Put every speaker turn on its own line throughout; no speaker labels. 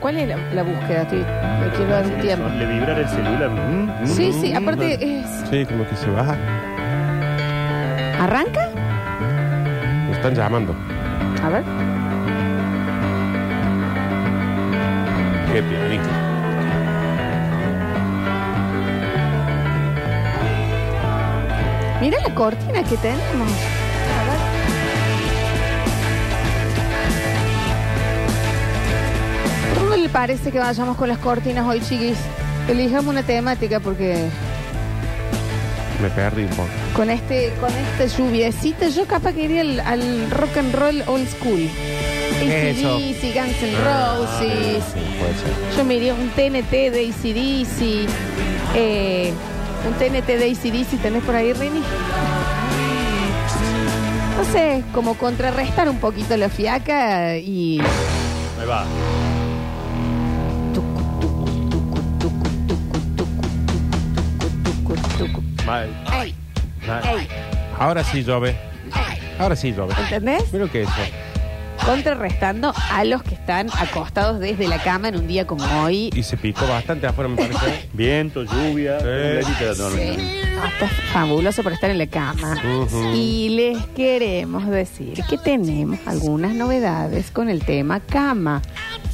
¿Cuál es la, la búsqueda? Estoy- me quiero dar un tiempo.
Le vibrar el celular. Mm, mm,
Sí, sí,
mm,
aparte
mm.
es...
Sí, como que se baja.
¿Arranca?
Nos están llamando.
A ver.
Qué pianito.
Mira la cortina que tenemos. A ver. ¿Cómo le parece que vayamos con las cortinas hoy, chiquis? Elijamos una temática porque
Me perdí un poco.
con este con esta lluviecita yo capaz que iría al, al rock and roll old school.
Eso.
ACDC, Guns N' Roses.
Sí, puede ser.
Yo me iría un TNT de ACDC. Eh, un TNT de ACDC, ¿tenés por ahí, Rini? No sé, como contrarrestar un poquito la fiaca y...
Ahí va. Mal,
Ey,
mal.
ey,
Ahora sí llueve. Ahora sí llueve.
¿Entendés?
Mira lo que es eso.
Contrarrestando a los que están acostados desde la cama en un día como hoy.
Y se picó bastante afuera, me parece.
Viento, lluvia.
Sí.
templadita la tormenta.
Ah, Está fabuloso por estar en la cama.
Ujú.
Y les queremos decir que tenemos algunas novedades con el tema cama.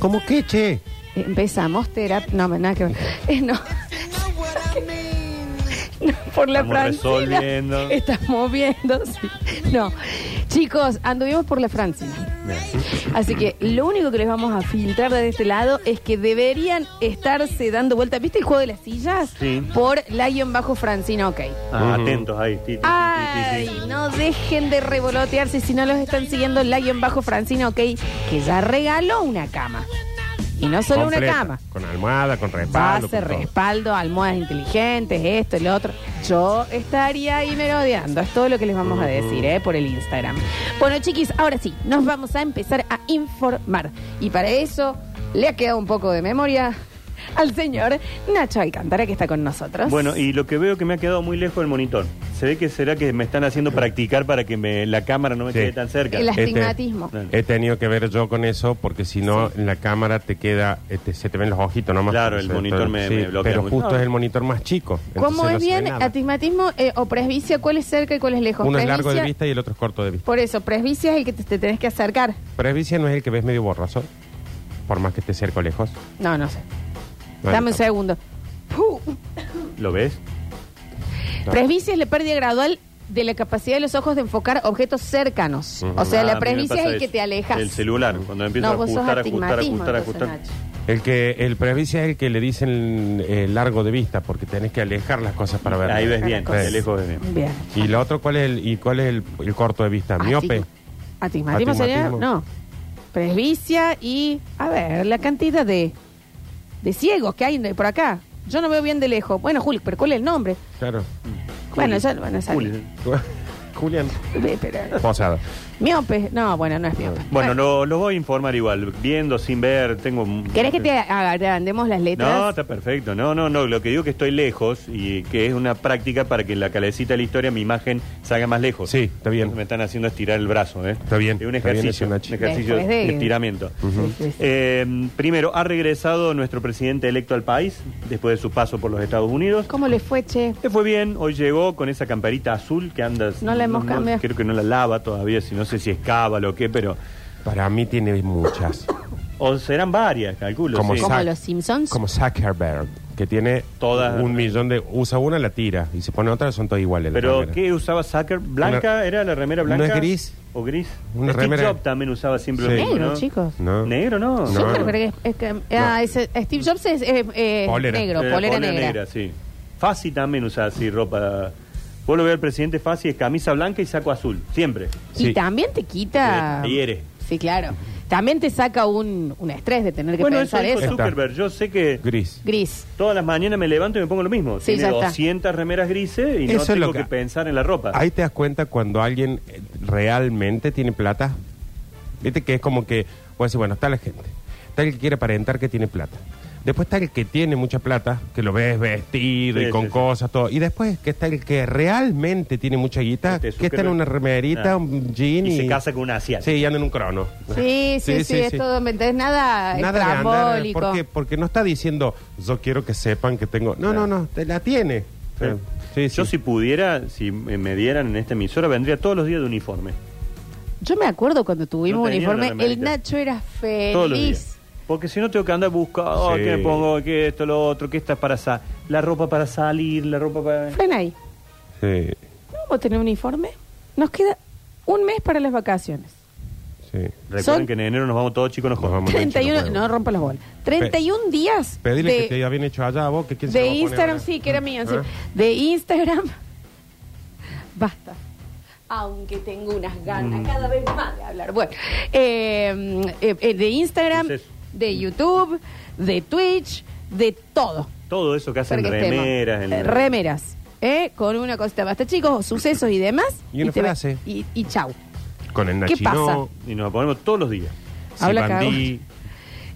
¿Cómo que, che?
Empezamos terapia. No, nada que ver. Eh, no. No, por la
Estamos
Francina.
resolviendo.
Estamos viendo. sí. No. Chicos, anduvimos por la Francina. Así que lo único que les vamos a filtrar de este lado es que deberían estarse dando vuelta. ¿Viste el juego de las sillas?
Sí.
Por Lion bajo Francina, ok.
Ah,
Ujú.
Atentos ahí. ti, ti, ti, ti, ti, ti.
Ay, no dejen de revolotearse si no los están siguiendo Lion bajo Francina, ok, que ya regaló una cama. Y no solo
Completa,
una cama.
Con almohada, con respaldo.
Base,
con todo.
respaldo, almohadas inteligentes, esto, el otro. Yo estaría ahí merodeando. Es todo lo que les vamos a decir, ¿eh? Por el Instagram. Bueno, chiquis, ahora sí, nos vamos a empezar a informar. Y para eso le ha quedado un poco de memoria al señor Nacho Alcántara, que está con nosotros.
Bueno, y lo que veo que me ha quedado muy lejos del monitor. Se ve que será que me están haciendo practicar para que me- la cámara no me
Sí.
quede tan cerca. Eh,
El
Este-
astigmatismo.
He tenido que ver yo con eso porque si no en la cámara te queda, este, se te ven los ojitos nomás.
Claro, el
Se-
monitor
pero-
me- me bloquea
Pero
mucho.
justo es el monitor más chico.
¿Cómo
entonces no
es
se ve
bien?
nada.
Astigmatismo eh, o presbicia, ¿cuál es cerca y cuál es lejos?
Uno es largo de
Presbicia-
vista y el otro es corto de vista.
Por eso, presbicia es el que te, te tenés que acercar.
Presbicia no es el que ves medio borroso, por más que esté cerca o lejos.
No, no sé.
No,
Dame
no.
un segundo. Puh.
¿Lo ves?
Claro.
Presbicia es la pérdida gradual de la capacidad de los ojos de enfocar objetos cercanos. O sea,
Ah,
la
mira,
presbicia
pasa
es el que
eso.
te alejas.
El celular, cuando empiezo
no,
a
vos sos
ajustar, ajustar,
astigmatismo,
ajustar,
entonces,
ajustar.
Nacho.
El que el presbicia es el que le dicen eh, largo de vista porque tenés que alejar las cosas para ver.
Ahí ves
Para
bien,
pues.
cosas.
de lejos ves bien.
Bien.
Y lo otro cuál es el y cuál es el, el corto de
Ah,
vista, miope.
Astigma- Astigmatismo sería.
Astigmatismo.
No. Presbicia y. A ver, la cantidad de. de ciegos que hay por acá. Yo no veo bien de lejos. Bueno, Julio, pero ¿cuál es el nombre?
Claro.
Bueno, ya lo van a saber.
Cool.
Julián
Ve, pero-
Posada.
Miope. No, bueno, no es miope.
Bueno, lo, lo voy a informar igual, viendo, sin ver, tengo... un-
¿Querés que te agrandemos las letras?
No, está perfecto. No, no, no. Lo que digo que estoy lejos y que es una práctica para que en la calecita de la historia mi imagen salga más lejos.
Sí, está bien.
Me están haciendo estirar el brazo, ¿eh?
Está bien,
Es un
está bien
ejercicio,
eso, Nachi.
un ejercicio
Después de-
de estiramiento.
Sí, sí, sí.
Eh, primero, ha regresado nuestro presidente electo al país después de su paso por los Estados Unidos.
¿Cómo le fue, che?
Le fue bien, hoy llegó con esa camperita azul que anda...
No la hemos cambiado.
Creo que no la lava todavía, si no sé si es cábala o qué, pero...
Para mí tiene muchas.
O serán varias, calculo.
Como
sí.
Como
Zac-
los Simpsons.
Como Zuckerberg, que tiene
Todas.
un millón de. Usa una, la tira. Y se pone otra, son todas iguales. las
¿Pero
remeras.
qué usaba Zucker? ¿Blanca?
Una-
¿Era la remera blanca?
¿No es gris?
¿O gris?
Una
Steve
remera-
Jobs también usaba siempre
Sí.
lo mismo,
Negro,
¿no?
chicos.
No.
¿Negro no?
No.
Zuckerberg es- es que- ah, es- Steve Jobs es eh, eh,
Polera.
negro,
Eh,
polera, negra.
sí. Fassi también usaba así ropa... Vos lo ves al presidente Fassi, es camisa blanca y saco azul, siempre.
Y
Sí.
también te quita.
Te hiere.
Sí, claro. También te saca un, un estrés de tener que
Bueno, eso
pensar
dijo
eso.
Está.
Zuckerberg. Yo sé que
Gris.
Gris.
todas las mañanas me levanto y me pongo lo mismo.
Sí,
Tiene
ya está.
200 remeras grises y no
Eso es
tengo
lo
que...
que-
pensar en la ropa.
Ahí te das cuenta cuando alguien eh, realmente tiene plata. Viste que es como que. Vos decís, bueno, está la gente. Está el que quiere aparentar que tiene plata. Después está el que tiene mucha plata, que lo ves vestido
Sí,
y con
sí, sí.
cosas, todo. Y después que está el que realmente tiene mucha guita,
Este,
que está en
Zuckerberg.
una remerita,
Ah.
un jean.
Y se casa con una asiática.
Sí, y anda en un crono.
Sí, sí, sí, es todo, ¿me entendés? Nada,
Nada de andar,
estrambólico.
porque, porque no está diciendo, yo quiero que sepan que tengo... No, no, no, te la tiene.
Sí.
Sí,
¿Eh? Yo
sí.
si pudiera, si me me dieran en esta emisora, vendría todos los días de uniforme.
Yo me acuerdo cuando tuvimos
No
un
tenía
uniforme,
una
el
remerita.
Nacho era
Todos los días.
feliz.
Porque si no tengo que andar buscando, "Ah,
Sí.
¿qué me pongo? ¿Qué esto, lo otro? ¿Qué está para sa La ropa para salir, la ropa para...
Frena ahí.
Sí,
¿No vamos a tener uniforme? Nos queda un mes para las vacaciones.
sí.
Recuerden
Son-
que en enero nos vamos todos chicos, nos
Nos
jodemos.
vamos. Bueno,
31,
yo no
no
puedo.
rompa las bolas. 31 días
Pedile que te
de,
habían hecho allá a vos, que quién se
de
lo va a poner
Instagram,
ahora.
sí, que era mío, sí.
¿Ah?
De Instagram. Basta. Aunque tengo unas ganas
Mm.
cada vez más de hablar. Bueno, eh, eh, eh, de Instagram,
Entonces-
de YouTube, de Twitch, de todo.
Todo eso que hacen
Para que estemos.
remeras. en-
Eh, remeras. ¿eh? Con una cosita basta, chicos, sucesos y demás.
Y una
te va-
frase.
Y, y chau.
Con el
¿Qué
Nachino,
Y nos ponemos todos los días.
Habla cada
Sibandí.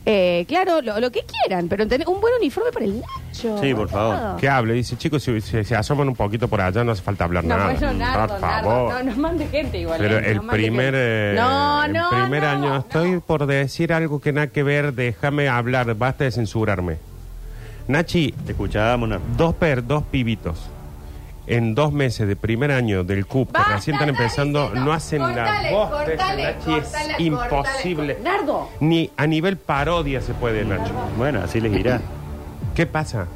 Eh, claro, lo, lo que quieran, pero tener un buen uniforme para el Nacho.
Sí, por favor.
No.
Que hable, dice, chicos, si se asoman un poquito por allá no hace falta hablar
No, pues,
nada.
bueno, Nardo,
Por
Nardo,
favor.
no, nos mande gente igual.
Pero
eh,
el
nos mande
primer,
gente.
eh,
no,
el
no,
primer
no,
año,
no.
estoy por decir algo que nada que ver, déjame hablar, basta de censurarme. Nachi,
Te escuchábamos, Nardo.
dos per, dos pibitos. En dos meses de primer año del CUP, que
Basta,
recién están
dale,
empezando,
diciendo,
no hacen
cortale,
la voz. de esa,
cortale,
Nachi,
cortale,
es
cortale.
imposible.
Nardo,
Ni a nivel parodia se puede, Nacho.
Bueno, así les irá.
¿Qué pasa?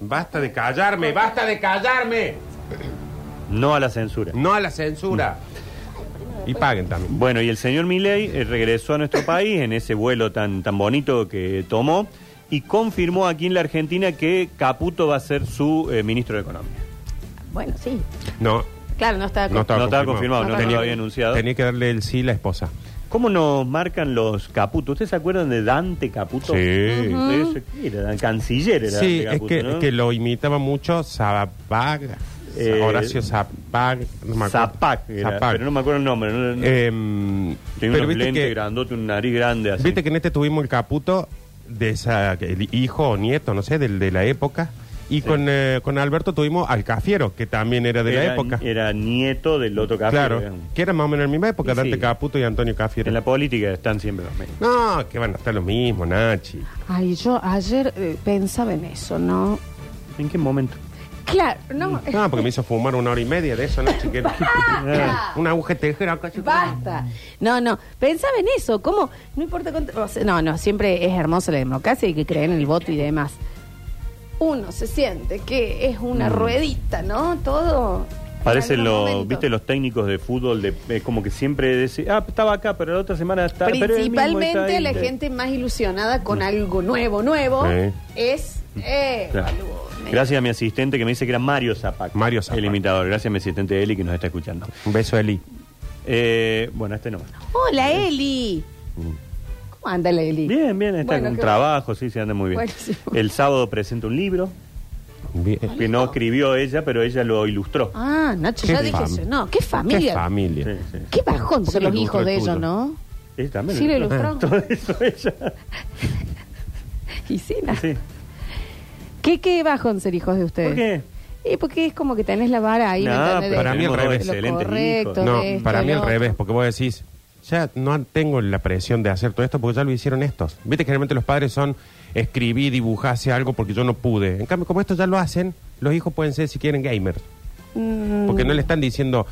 Basta de callarme, basta de callarme.
No a la censura.
No a la censura. Y paguen también.
Bueno, y el señor Milei eh, regresó a nuestro país en ese vuelo tan, tan bonito que tomó y confirmó aquí en la Argentina que Caputo va a ser su eh, ministro de Economía.
bueno, sí.
No,
Claro, no está.
No está.
no estaba confirmado,
confirmado.
no,
No
lo
estaba
había anunciado.
tenía que darle el sí a la esposa.
¿Cómo nos marcan los Caputo? ¿Ustedes se acuerdan de Dante Caputo?
Sí.
Eso, ¿qué era? El canciller era Dante
Sí, es
Caputo,
que,
¿no?
que lo imitaba mucho Zabag,
Eh,
Horacio Zabag, no me acuerdo.
Zapac, era,
Zapac.
pero no me acuerdo el nombre. no- no-
Em,
tenía
pero
unos
viste
lentes
que,
grandote, un nariz grande así.
viste que en este tuvimos el caputo de esa, el hijo o nieto, no sé, del, de la época. Y con, eh, con Alberto tuvimos al Cafiero, que también era de la
Era-
época.
Era nieto del otro Caputo.
claro,
digamos.
que era más o menos en la misma época,
Y
Dante
sí.
Caputo y Antonio Cafiero.
En la política están siempre los mismos.
No, que van a estar lo mismo, Nachi.
Ay, yo ayer eh, pensaba en eso, ¿no? Mm.
¿En qué momento?
Claro, no.
No, porque me hizo fumar una hora y media de eso, Nachi. Que... una aguja de tejera acá. chico.
Basta. No, no. Pensaba en eso. ¿Cómo? No importa cuánto. o sea, no, no. Siempre es hermosa la democracia y que creen en el voto y demás. Uno se siente que es una
Mm.
ruedita, ¿no? Todo.
Parecen
En algún
los,
momento.
viste, los técnicos de fútbol, de, es como que siempre decían, ah, estaba acá, pero la otra semana está... pero él mismo Mm. está
Principalmente
ahí".
la gente más ilusionada con algo nuevo, nuevo,
Sí.
es. Eh,
Claro.
boludo, me-
Gracias a mi asistente que me dice que era Mario Zapac.
Mario Zapac.
El imitador. Gracias a mi asistente Eli que nos está escuchando.
Un beso, Eli.
Eh, bueno, este no.
Hola, Eli. ¿Cómo anda la Eli?
Bien, bien, está
Bueno,
con
qué
trabajo, sí, se anda muy bien.
Buenísimo.
El sábado presenta un libro
Bien.
que no escribió ella, pero ella lo ilustró.
Ah, Nacho,
Qué
ya dije
fam-
eso. No, qué
Qué
familia.
familia.
Sí, sí.
Qué bajón
¿Por qué
son
le
los
ilustró
hijos de
el
ellos,
tuyo?
¿no?
Ella también
Sí, lo ilustró.
Todo eso ella.
Y sí, na-
Sí.
¿Qué, qué bajón ser hijos de ustedes?
¿Por qué?
Y porque es como que tenés la vara ahí, ¿me
No,
entendés?
para
De-
mí al
de
revés.
lo
Excelentes
correcto,
hijos.
No,
de esto,
para mí
de
al
lo
revés,
otro.
porque vos decís, ya no tengo la presión de hacer todo esto porque ya lo hicieron estos. Viste, que generalmente los padres son escribí, dibujase algo porque yo no pude. En cambio, como estos ya lo hacen, los hijos pueden ser, si quieren, gamers. Porque no le están diciendo,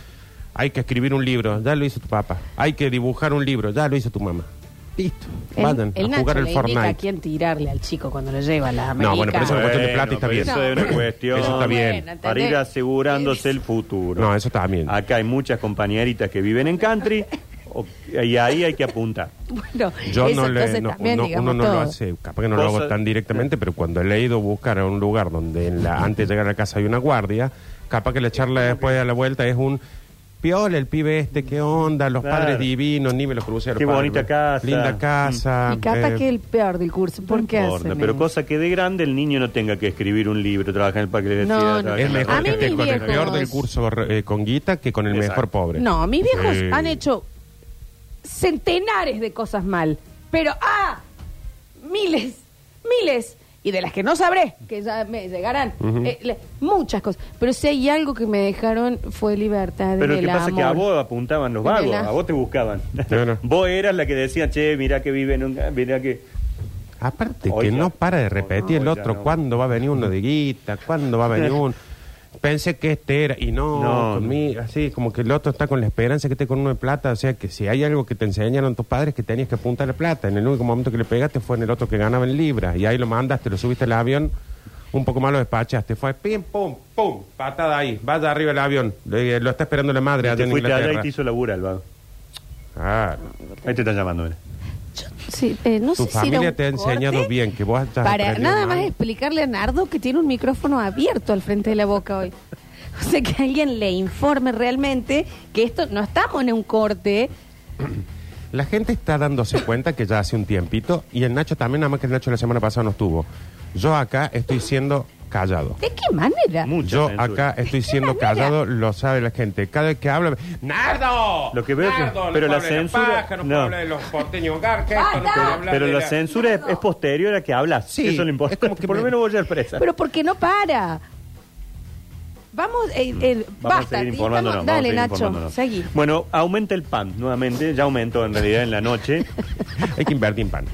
hay que escribir un libro, ya lo hizo tu papá. Hay que dibujar un libro, ya lo hizo tu mamá. Listo.
El-
Vayan
el
a
Nacho
jugar el
le indica a
Fortnite.
quién tirarle al chico cuando lo lleva a las
No,
Américas.
bueno, pero eso es una cuestión de plata y está
Bueno, pero
bien.
Eso es una cuestión.
Eso está bien.
Bueno,
para ir
¿entendés?
asegurándose el futuro.
No, eso está bien.
Acá hay muchas compañeritas que viven en country o- y ahí hay que apuntar.
Bueno,
Yo
eso
no le,
entonces
no,
también,
uno-
digamos,
uno no lo
todo.
hace, capaz que no lo
Cosa-
hago tan directamente, pero cuando le he ido a buscar a un lugar donde en la- antes de llegar a la casa hay una guardia, capaz que la charla después a la vuelta es un piola el pibe este, qué onda, los
Claro.
padres divinos, ni me los crucé. a los
Qué
padres,
bonita
¿no?
casa.
Linda casa.
Y capaz
eh,
que el peor del curso. ¿Por qué
Porno,
hacen
Pero
eso?
cosa que de grande el niño no tenga que escribir un libro, trabajar en el parque de
No,
diversidad,
no.
trabajar
Es
en la
mejor que
A mí
estés
mis
con el
viejos-
peor del curso eh, con guita que con el
Exacto.
mejor pobre.
No, mis viejos
Sí.
han hecho centenares de cosas mal. Pero, ¡ah! Miles, miles. Y de las que no sabré, que ya me llegarán. Eh, le- muchas cosas. Pero si hay algo que me dejaron fue libertad
Pero
del
¿qué pasa? Que a
amor.
vos apuntaban los
Del
vagos,
amor.
a vos te buscaban.
Bueno.
Vos eras la que decía, che, mirá que vive en un... Mirá que...
Aparte,
Hoy
que
ya-
no para de
hoy
repetir el
ya
otro,
no.
¿cuándo va a venir uno de guita? ¿Cuándo va a venir uno? Pensé que este era, y no,
No.
conmigo, así como que el otro está con la esperanza que esté con uno de plata. O sea, que si hay algo que te enseñaron tus padres, que tenías que apuntar la plata. En el único momento que le pegaste fue en el otro que ganaba en libras, y ahí lo mandaste, lo subiste al avión, un poco más lo despachaste. Fue pim, pum, pum, patada ahí, vaya arriba el avión, Le- lo está esperando la madre
Y
allá
te
en
fuiste allá y
Inglaterra.
te hizo labura el vago.
Ah,
Ahí te están llamando, mira.
Sí, eh, no
Tu
sé si era
familia
un
te ha enseñado
corte
bien, que vos hayas
Para
aprendido
nada más
mal.
explicarle a Nardo que tiene un micrófono abierto al frente de la boca hoy. O sea, que alguien le informe realmente que esto no estamos en un corte.
La gente está dándose cuenta que ya hace un tiempito, y el Nacho también, nada más que el Nacho la semana pasada no estuvo. Yo acá estoy siendo callado.
¿De qué manera?
Mucha
Yo
censura.
acá estoy siendo
manera?
callado, lo sabe la gente. Cada vez que habla, ¡Nardo!
Lo que veo que-
¡Nardo! No
pero
puedo
la
hablar de
censura-
paja, no,
no.
puedo hablar de los porteños garcas, esto, no
¡Basta!
puedo hablar
Pero
de
la
la-
censura es, es posterior a que hablas.
Sí,
Eso es lo
es
importante.
como que
Por lo
me-
menos voy a ir presa.
Pero porque no para. Vamos, eh, eh,
Mm. Vamos a
basta.
seguir
digamos-
informándonos. vamos a
dale,
seguir
Nacho,
informándonos.
seguí.
Bueno, aumenta el pan nuevamente. Ya aumentó en realidad en la noche.
Hay que invertir en pan.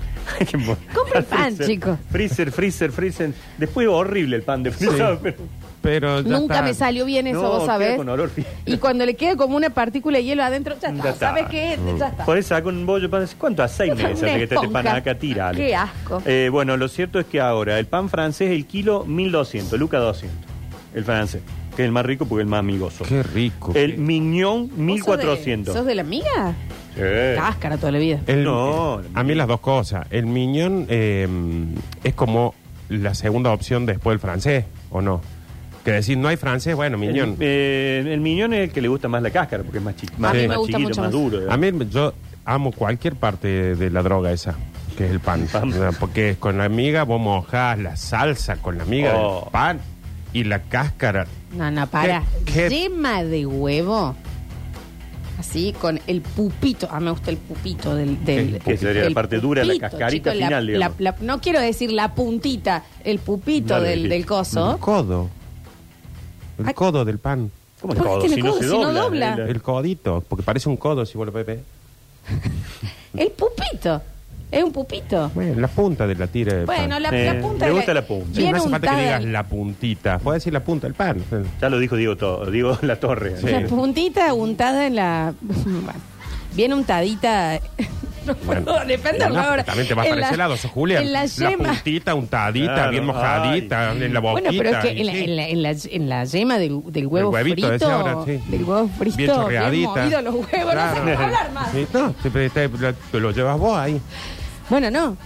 Compren
pan, chicos.
Freezer, freezer, freezer. Después horrible el pan de frisado. pero-
Pero ya
Nunca
está.
me salió bien eso,
No,
vos
queda
sabés.
con olor feo.
Y cuando le queda como una partícula de hielo adentro, ya está.
Ya está. Mm.
¿Sabes qué? Ya está.
Por eso hago un bollo pan. ¿Cuánto aceite
Una
es ese que te te
esponja.
pan acá tira? Ale?
Qué asco.
Eh, bueno, lo cierto es que ahora el pan francés, el kilo 1200, Luca 200. El francés, que es el más rico porque es el más amigoso.
Qué rico.
El mignon
¿Vos sos de-
1400.
¿Sos de la amiga?
Eh.
Cáscara toda la vida.
El-
No.
a mí las dos cosas. El miñón eh, es como la segunda opción después del francés, ¿o no? Que decir, no hay francés, bueno, miñón.
El, eh, el miñón es el que le gusta más la cáscara porque es más, chi- más,
mí
más
me gusta
chiquito,
mucho más.
más duro.
A mí yo amo cualquier parte de la droga esa, que es el pan.
Pan.
O sea, Porque es con la miga vos mojás la salsa con la miga
Oh.
del pan y la cáscara.
No, no, para.
¿Qué- qué?
Yema de huevo. Así, con el pupito. Ah, me gusta el pupito del. del
El
que sería la
el
parte dura, la
pupito,
cascarita
chico, la-
final,
la-
digamos.
la- no quiero decir la puntita, el pupito
No lo
del,
dijiste.
del coso.
Mm.
El codo. El
Ay.
codo del pan.
¿Cómo
¿Por qué tiene codo si no dobla?
El-
El codito, porque parece un codo si vos lo ves.
El pupito. Es un pupito.
Bueno, la punta de la tira del
Bueno,
pan.
la,
Eh,
la punta.
me
de
gusta la punta.
Sí,
bien
no hace falta que
untada.
digas la puntita. Puedes decir la punta del pan.
Ya lo dijo Diego todo, digo la torre.
Sí.
La puntita untada en la. Bueno, bien untadita. No
Bueno.
puedo defenderlo
No,
ahora.
También te vas
En
para
la-
ese lado, sos Julián.
En la yema.
puntita untadita,
Claro,
bien mojadita,
ay.
en la boquita.
Bueno, pero es que
y
en la,
sí.
en la- en la- en la yema del, del huevo
Del huevito,
frito,
decía ahora, sí.
del huevo frito,
Bien
bien,
chorreadita.
movido los huevos, no
Claro.
sé cómo hablar más.
Sí, no, siempre te, lo, te lo llevas vos ahí.
Bueno, no,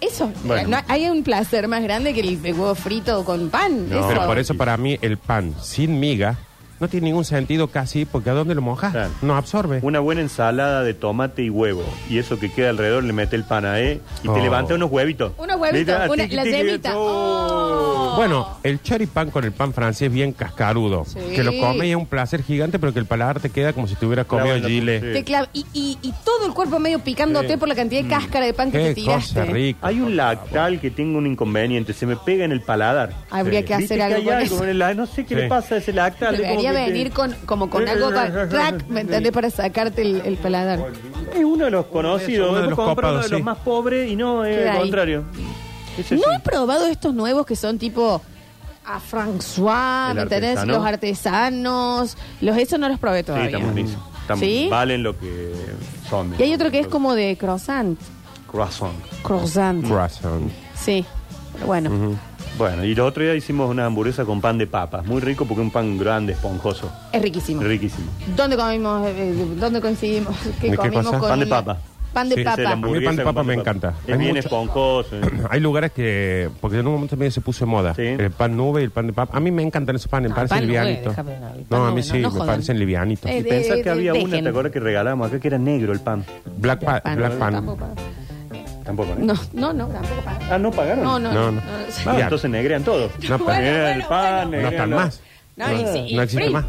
eso,
Bueno.
no, hay un placer más grande que el, el huevo frito con pan.
No.
eso.
Pero por eso para mí el pan sin miga no tiene ningún sentido casi porque ¿a dónde lo mojas?
Claro.
No absorbe.
Una buena ensalada de tomate y huevo. Y eso que queda alrededor le mete el pan a eh, y te
Oh.
levanta unos huevitos.
Unos huevitos,
Mira,
una-
tiqui,
la
tiqui,
yemita.
oh.
Oh.
Bueno, el choripán con el pan francés bien cascarudo.
Sí.
Que lo comes y es un placer gigante, pero que el paladar te queda como si te hubieras
Claro,
comido
en la-
chile.
sí.
Te clava- y, y- y todo el cuerpo medio picándote
Sí. Mm.
por la cantidad de cáscara de pan que te
Qué
tiraste.
cosa rica.
Hay un lactal que tengo un inconveniente, se me pega en el paladar.
Habría que
¿Viste
hacer algo
hay
con eso.
en el la- No sé qué
Sí.
le pasa a ese lactal. es
Debería
como que te-
venir con, como con
Eh,
algo
eh,
pa-
eh,
rack, ¿me
eh,
entendés? Para sacarte el, el paladar.
Es uno de los conocidos,
Uno de
uno de
los
los, uno
copados,
de los
sí.
más pobres y no es
Queda
al
ahí.
contrario. Ese
¿No
sí.
he probado estos nuevos que son tipo a François,
El
¿me entendés?
artesano.
Los artesanos. Los esos no los probé
Sí,
todavía.
están buenísimos. Están-
¿Sí?
Valen lo que son.
Y hay otro que es como de croissant.
Croissant.
Croissant.
Croissant.
Sí. Pero bueno.
Bueno, y el otro día hicimos una hamburguesa con pan de papas. Muy rico porque un pan grande, esponjoso.
Es riquísimo.
Riquísimo.
¿Dónde comimos? eh, eh, ¿Dónde coincidimos?
¿De
¿Qué
qué
comimos
cosa?
con
Pan de
una-
papa.
Pan de
Sí,
Ese, la
papa.
mí el
hamburguesa
pan de
con
papa me
de
encanta.
Es
Hay
bien
mucho-
esponjoso. eh.
Hay lugares que, porque en un momento medio se puso de moda.
Sí.
El pan nube y el pan de papa. A mí me encantan esos panes,
No,
me
el
parecen
Ah, pan nube,
livianitos.
déjame, no, el pan
No, a
nube,
mí
no,
sí,
no
me
jodan.
parecen livianitos.
Eh,
Y pensás
de-
que había
de-
una, ¿te
dejen.
acuerdas que regalamos acá que era negro el pan?
Black, pa- Black Pan.
Tampoco pan.
Tampoco, ¿eh?
No, no, no, tampoco pan.
Ah, ¿no pagaron?
No, no, no.
No,
no.
no.
Ah,
Ya.
entonces eh, negrean todo.
No, pero-
Bueno,
Negrean
bueno,
el pan,
bueno.
negrean
No están
lo-
más.
No, y sí, y
No existe
free.
más.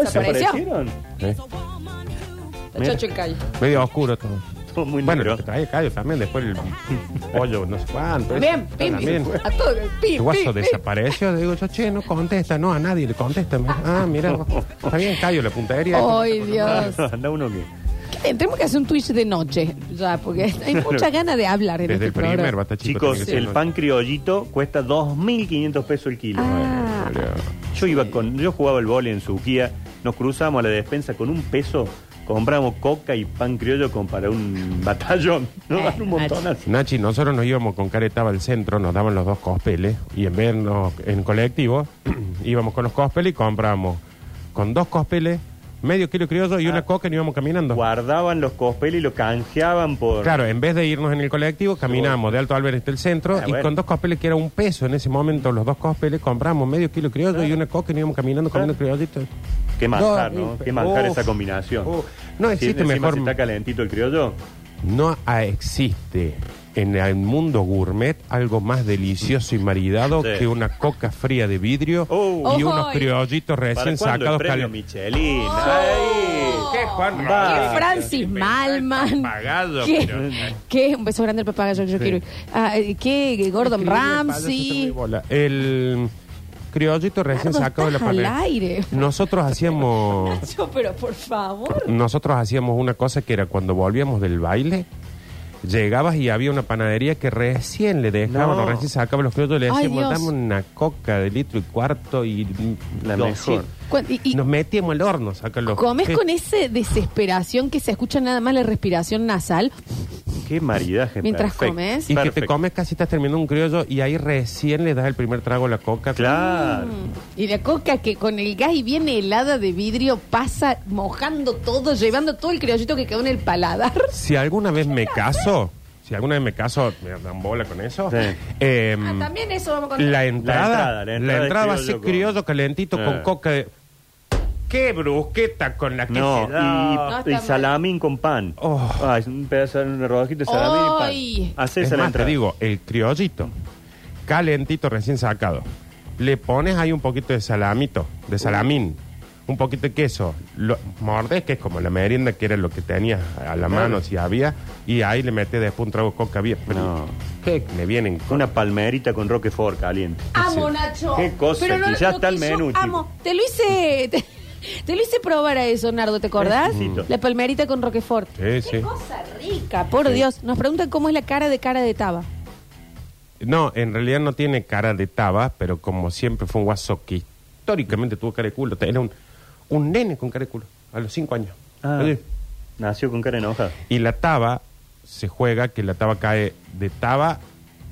¿Desaparecieron?
Sí.
Chocho el callo.
¿eh? Medio oscuro todo.
todo muy
bueno,
negro.
te trae el callo también, después el pollo, no sé cuánto. eso
Bien, pim,
también.
pim. A todo,
El
pim,
guaso
pim, pim.
desapareció, digo yo, che, no contesta, no, a nadie le contesta. Me- Ah, mira, está bien callo la puntería.
Ay, Dios.
Anda uno que.
¿Qué? Tenemos que hacer un Twitch de noche, ya, porque hay mucha gana de hablar en
Desde
este
el primer
programa.
bata chico.
Chicos,
tiene que ser,
el
¿no?
pan criollito cuesta 2.500 pesos el kilo.
Ah,
Yo iba con, yo jugaba el vóley en Suquía, nos cruzamos a la despensa con un peso, compramos coca y pan criollo con para un batallón. Nos
Eh,
dan un montonazo.
Nachi, nosotros nos íbamos con caretaba al centro, nos daban los dos cospeles y en vernos en colectivo íbamos con los cospeles y compramos con dos cospeles, medio kilo criollo y una
Ah.
coca y nos íbamos caminando.
Guardaban los cospeles y lo canjeaban por.
Claro, en vez de irnos en el colectivo, caminamos de Alto Álvarez hasta el centro
Ah,
y
bueno.
con dos cospeles, que era un peso en ese momento, los dos cospeles, compramos medio kilo criollo y una coca y nos íbamos caminando comiendo criollito.
Qué manjar,
No,
¿no?
eh,
Qué manjar
uf,
esa combinación.
uf. No
Sí,
existe
encima
mejor-
Si está calentito el criollo.
No ah, existe en el mundo gourmet algo más delicioso y maridado
Sí.
que una coca fría de vidrio
Oh.
y unos
Ojo, eh. y-
criollitos
¿Para
recién
cuándo el
sacados ¡Oh!
premio
cal-
Michelin? ¡Ay!
¿Qué, Juan?
Va.
Qué Francis Malman.
Pagado,
¿Qué?
pero- eh,
¿Qué? Un beso grande al papagayo que yo
Sí.
quiero ir. Ah, eh, ¿Qué? Gordon
Escribe, payaso, se me
Ramsay.
bola. El criollito recién
Nardo,
sacado de la
estás al
panera.
aire.
Nosotros hacíamos
Yo, pero por favor.
nosotros hacíamos una cosa que era cuando volvíamos del baile, llegabas y había una panadería que recién le dejaban,
No.
o recién sacaban los criollos, le
Ay,
decíamos,
Dios.
dame una coca de litro y cuarto y
La
dos,
mejor.
sí.
Cu- Y, y
Nos metíamos al horno, sacan los
comes
¿Qué?
con esa desesperación que se escucha nada más la respiración nasal.
¡Qué maridaje!
Mientras
perfecto.
comes.
Y que te
Perfecto.
comes casi estás terminando un criollo y ahí recién le das el primer trago a la coca.
Claro.
Y la coca que con el gas y viene helada de vidrio pasa mojando todo, llevando todo el criollito que quedó en el paladar.
Si alguna vez me caso, si alguna vez me caso, me dan bola con eso.
Sí.
eh,
Ah, también eso vamos con
la entrada,
entrada,
la
Mm. la
entrada,
entrada
va a
de
ser
criollo
criollo
con-
calentito
Eh.
con coca de... ¡Qué brusqueta con la que
No,
se
y,
da!
No, está
y
mal.
salamín con pan.
Oh.
Ay, un pedazo de una rodajita de salamín y
Ay.
pan. Hacés
Es
a la
más, te
entrada.
digo, el criollito, calentito, recién sacado. Le pones ahí un poquito de salamito, de salamín, un poquito de queso. Lo mordes, que es como la merienda, que era lo que tenías a la mano si había, y ahí le metes después un trago de coca bien. Pero,
No.
¿Qué me vienen con
Una palmerita con roquefort caliente.
Amo, Nacho.
Qué cosa, que ya está
que
el menú,
yo Amo. Te lo hice. Te, te lo hice probar a eso, Nardo, ¿te acordás?
Exquisito.
La palmerita con Roquefort.
Sí, sí.
Qué cosa rica, por Dios. Nos preguntan cómo es la cara de cara de Taba.
No, en realidad no tiene cara de taba, pero como siempre fue un guaso que históricamente tuvo cara de culo. Era un, un nene con cara de culo, a los cinco años.
Ah,
Así.
Nació con cara enojada.
Y la taba se juega que la taba cae de taba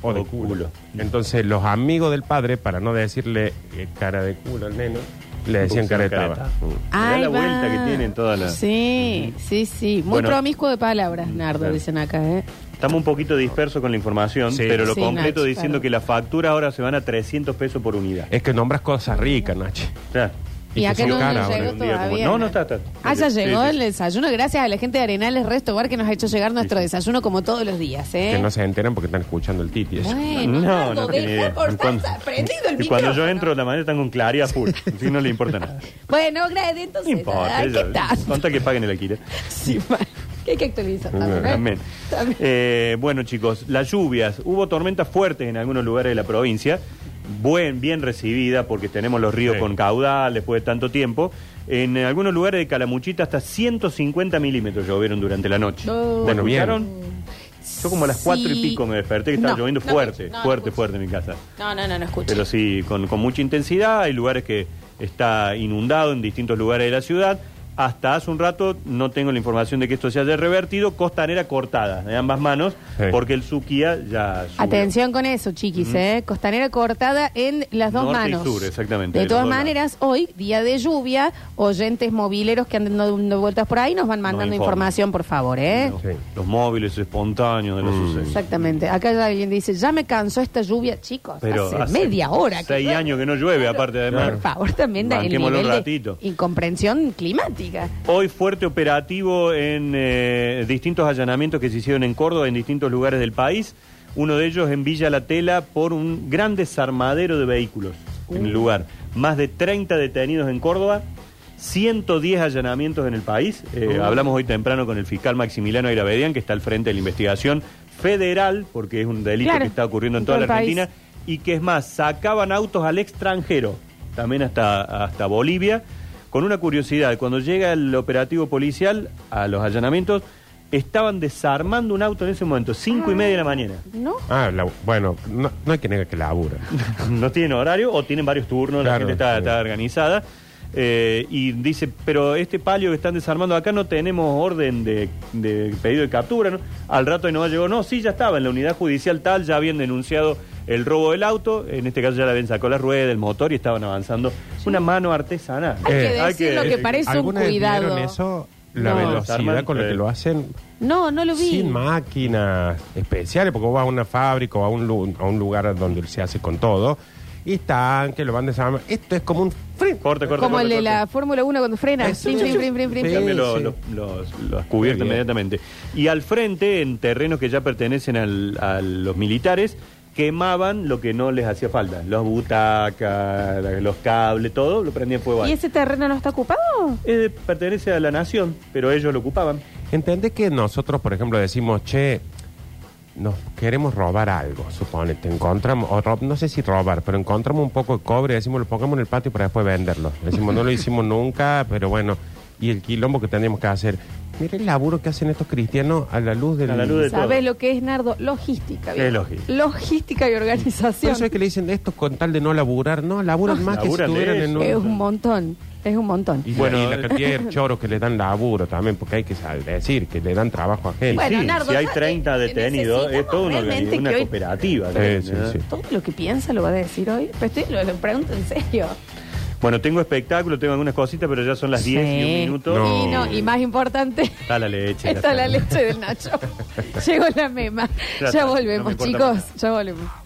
o de
O
culo.
culo.
Entonces los amigos del padre, para no decirle eh, cara de culo al nene, le decían cara de taba. Mm.
Da la
Ahí va.
vuelta que tienen todas las...
Sí, sí, sí. Muy
Bueno. Mm,
promiscuo de palabras, Nardo,
Claro.
dicen acá, ¿eh?
Estamos un poquito dispersos con la información,
Sí.
pero lo
Sí,
completo
Nacho,
diciendo
claro.
que las facturas ahora se van a 300 pesos por unidad.
Es que nombras cosas ricas, Nachi.
Claro.
Y,
que
acá
son
no, no
caras ahora.
llegó
Un día como-
todavía.
No, no está, está.
Ah, ya
Sí,
llegó
sí,
el
sí.
desayuno. Gracias a la gente de Arenales Resto Bar que nos ha hecho llegar nuestro desayuno como todos los días, ¿eh?
Que no se enteran porque están escuchando el titi. eso.
Bueno, Nardo,
tiene
deja
idea.
por
Y
estar
cuando-
prendido el
Y cuando yo
micrófono.
entro, la mañana están con claridad full. Si no le importa nada.
Bueno, gracias.
No
Entonces,
importa.
¿qué
ella-
tal?
Conta que paguen el alquiler.
Sí, va. que hay que actualizar también. ¿eh?
Amén.
También.
Eh, bueno, chicos, las lluvias. Hubo tormentas fuertes en algunos lugares de la provincia. Buen, bien recibida porque tenemos los ríos
Sí.
con caudal después de tanto tiempo. En algunos lugares de Calamuchita hasta 150 milímetros llovieron durante la noche.
Oh.
¿La
Bueno, bien.
escucharon? Yo como a las
Sí.
cuatro y pico me desperté que estaba
No,
lloviendo
no,
fuerte,
no, no
fuerte,
escucho.
fuerte en mi casa.
No, no, no, no escucho.
Pero sí, con, con mucha intensidad. Hay lugares que está inundado en distintos lugares de la ciudad. Hasta hace un rato no tengo la información de que esto se haya revertido. Costanera cortada de ambas manos,
Sí.
porque el Suquía ya. subió.
Atención con eso, chiquis, ¿eh? Costanera cortada en las dos
Norte y
manos.
sur, exactamente,
De
de
todas
los dos
maneras, hoy, día de lluvia, oyentes mobileros que andan dando vueltas por ahí nos van mandando
informan.
información, por favor, ¿eh?
Los,
Sí. Mm.
los móviles espontáneos de los sucesos.
Exactamente. Acá ya alguien dice, ya me cansó esta lluvia, chicos.
Pero
hace,
hace
media hora. que
Seis
llueve.
años que no llueve, aparte de
Por favor, también da el
Banquémoslo
nivel
un
de
ratito.
incomprensión climática.
Hoy fuerte operativo en eh, distintos allanamientos que se hicieron en Córdoba, en distintos lugares del país. Uno de ellos en Villa La Tela por un
Uh.
gran desarmadero de vehículos en el lugar. Más de 30 detenidos en Córdoba, 110 allanamientos en el país.
Uh.
Eh, Hablamos hoy temprano con el fiscal Maximiliano Airabedian, que está al frente de la investigación federal, porque es un delito
Claro,
que está ocurriendo en
en
toda
todo
la
el país.
Argentina. Y que es más, sacaban autos al extranjero, también hasta, hasta Bolivia, con una curiosidad. Cuando llega el operativo policial a los allanamientos, estaban desarmando un auto en ese momento, cinco y media de la mañana.
¿No?
Ah, la- bueno, no, no hay que negar que labura.
no tienen horario o tienen varios turnos, la
Claro,
gente está,
sí.
está organizada. Eh, y dice, pero este palio que están desarmando acá no tenemos orden de, de pedido de captura. ¿no? Al rato de no llegó, no, sí, ya estaba en la unidad judicial tal, ya habían denunciado el robo del auto. En este caso ya le habían sacado la rueda del motor y estaban avanzando. Una mano artesana.
Hay
que
decir lo que parece un
Eh, ¿Alguna vez
cuidado.
vieron eso? La
No.
velocidad con la que lo hacen
No, no lo vi.
sin máquinas especiales, porque vos vas a una fábrica o a un, lu- a un lugar donde se hace con todo, y están, que lo van desarmando. Esto es como un freno.
Corte, corte,
Como
corte,
el de
corte.
la Fórmula 1 cuando frena.
Eso,
Prim,
sí,
prim,
sí.
prim, prim, prim,
Sí.
prim.
Cambian los, los- los- los cubiertos
Muy bien.
inmediatamente. Y al frente, en terrenos que ya pertenecen al- a los militares, quemaban lo que no les hacía falta. Los butacas, la- los cables, todo, lo prendían fuego. ahí.
¿Y ese terreno no está ocupado?
Eh, pertenece a la nación, pero ellos lo ocupaban.
¿Entendés que nosotros, por ejemplo, decimos, che, nos queremos robar algo, suponete, encontramos, o rob- no sé si robar, pero encontramos un poco de cobre, decimos, lo pongamos en el patio para después venderlo. Decimos, no lo hicimos nunca, pero bueno, y el quilombo que tendríamos que hacer. Mira el laburo que hacen estos cristianos a la luz del...
A la luz de todo.
¿Sabes lo que es, Nardo? Logística.
Es
viejo.
logística.
Logística y
Por
organización.
eso es que le dicen esto con tal de no laburar. No, laburan más que si
Ah, Laburan de
estuvieran
eso.
en
Es
un...
un montón. Es un montón.
Y,
Bueno,
bueno, la cantidad de choros que le dan laburo también, porque hay que sal- decir que le dan trabajo a gente.
Y
Bueno,
sí,
Nardo,
si hay
¿sabes
30
que
detenidos, es
necesitamos
toda una,
realmente
organi- una
que hoy-
cooperativa.
Sí,
también,
sí,
¿no?
sí.
Todo lo que piensa lo va a decir hoy. Pero estoy, lo, lo pregunto en serio.
Bueno, tengo espectáculo, tengo algunas cositas, pero ya son las 10 y un
Sí.
minuto.
Y, no, y más importante,
Está la leche. ya
está la
está.
leche del Nacho. Llegó la mema.
Ya
Ya,
está, no me
volvemos,
importa
chicos.
más.
Ya volvemos.